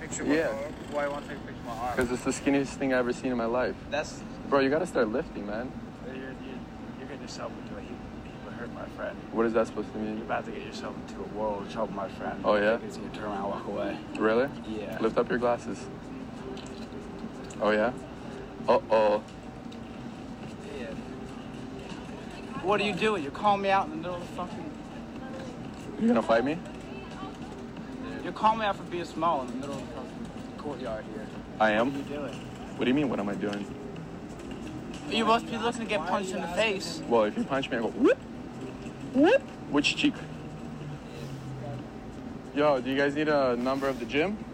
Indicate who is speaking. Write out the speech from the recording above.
Speaker 1: picture
Speaker 2: Yeah.
Speaker 1: before? Why won't take a picture of my arm?
Speaker 2: Because it's the skinniest thing I've ever seen in my life.
Speaker 1: That's
Speaker 2: Bro, you gotta start lifting, man.
Speaker 1: you're, you're, you're getting yourself into a heap, heap of hurt, my friend.
Speaker 2: What is that supposed to
Speaker 1: You're
Speaker 2: mean?
Speaker 1: about to get yourself into a world of trouble, my friend.
Speaker 2: Oh, yeah?
Speaker 1: It's gonna turn around, and walk away.
Speaker 2: Really?
Speaker 1: Yeah.
Speaker 2: Lift up your glasses. Oh, yeah? Uh oh.
Speaker 1: Yeah. What are you doing? You're calling me out in the middle of the fucking.
Speaker 2: You gonna fight me?
Speaker 1: You're calling me out for being small in the middle of the fucking courtyard here. What
Speaker 2: I
Speaker 1: are you
Speaker 2: am?
Speaker 1: doing?
Speaker 2: What do you mean, what am I doing?
Speaker 1: You must be looking to get punched in the face.
Speaker 2: Well, if you punch me, I go whoop, whoop. Which cheek? Yo, do you guys need a number of the gym?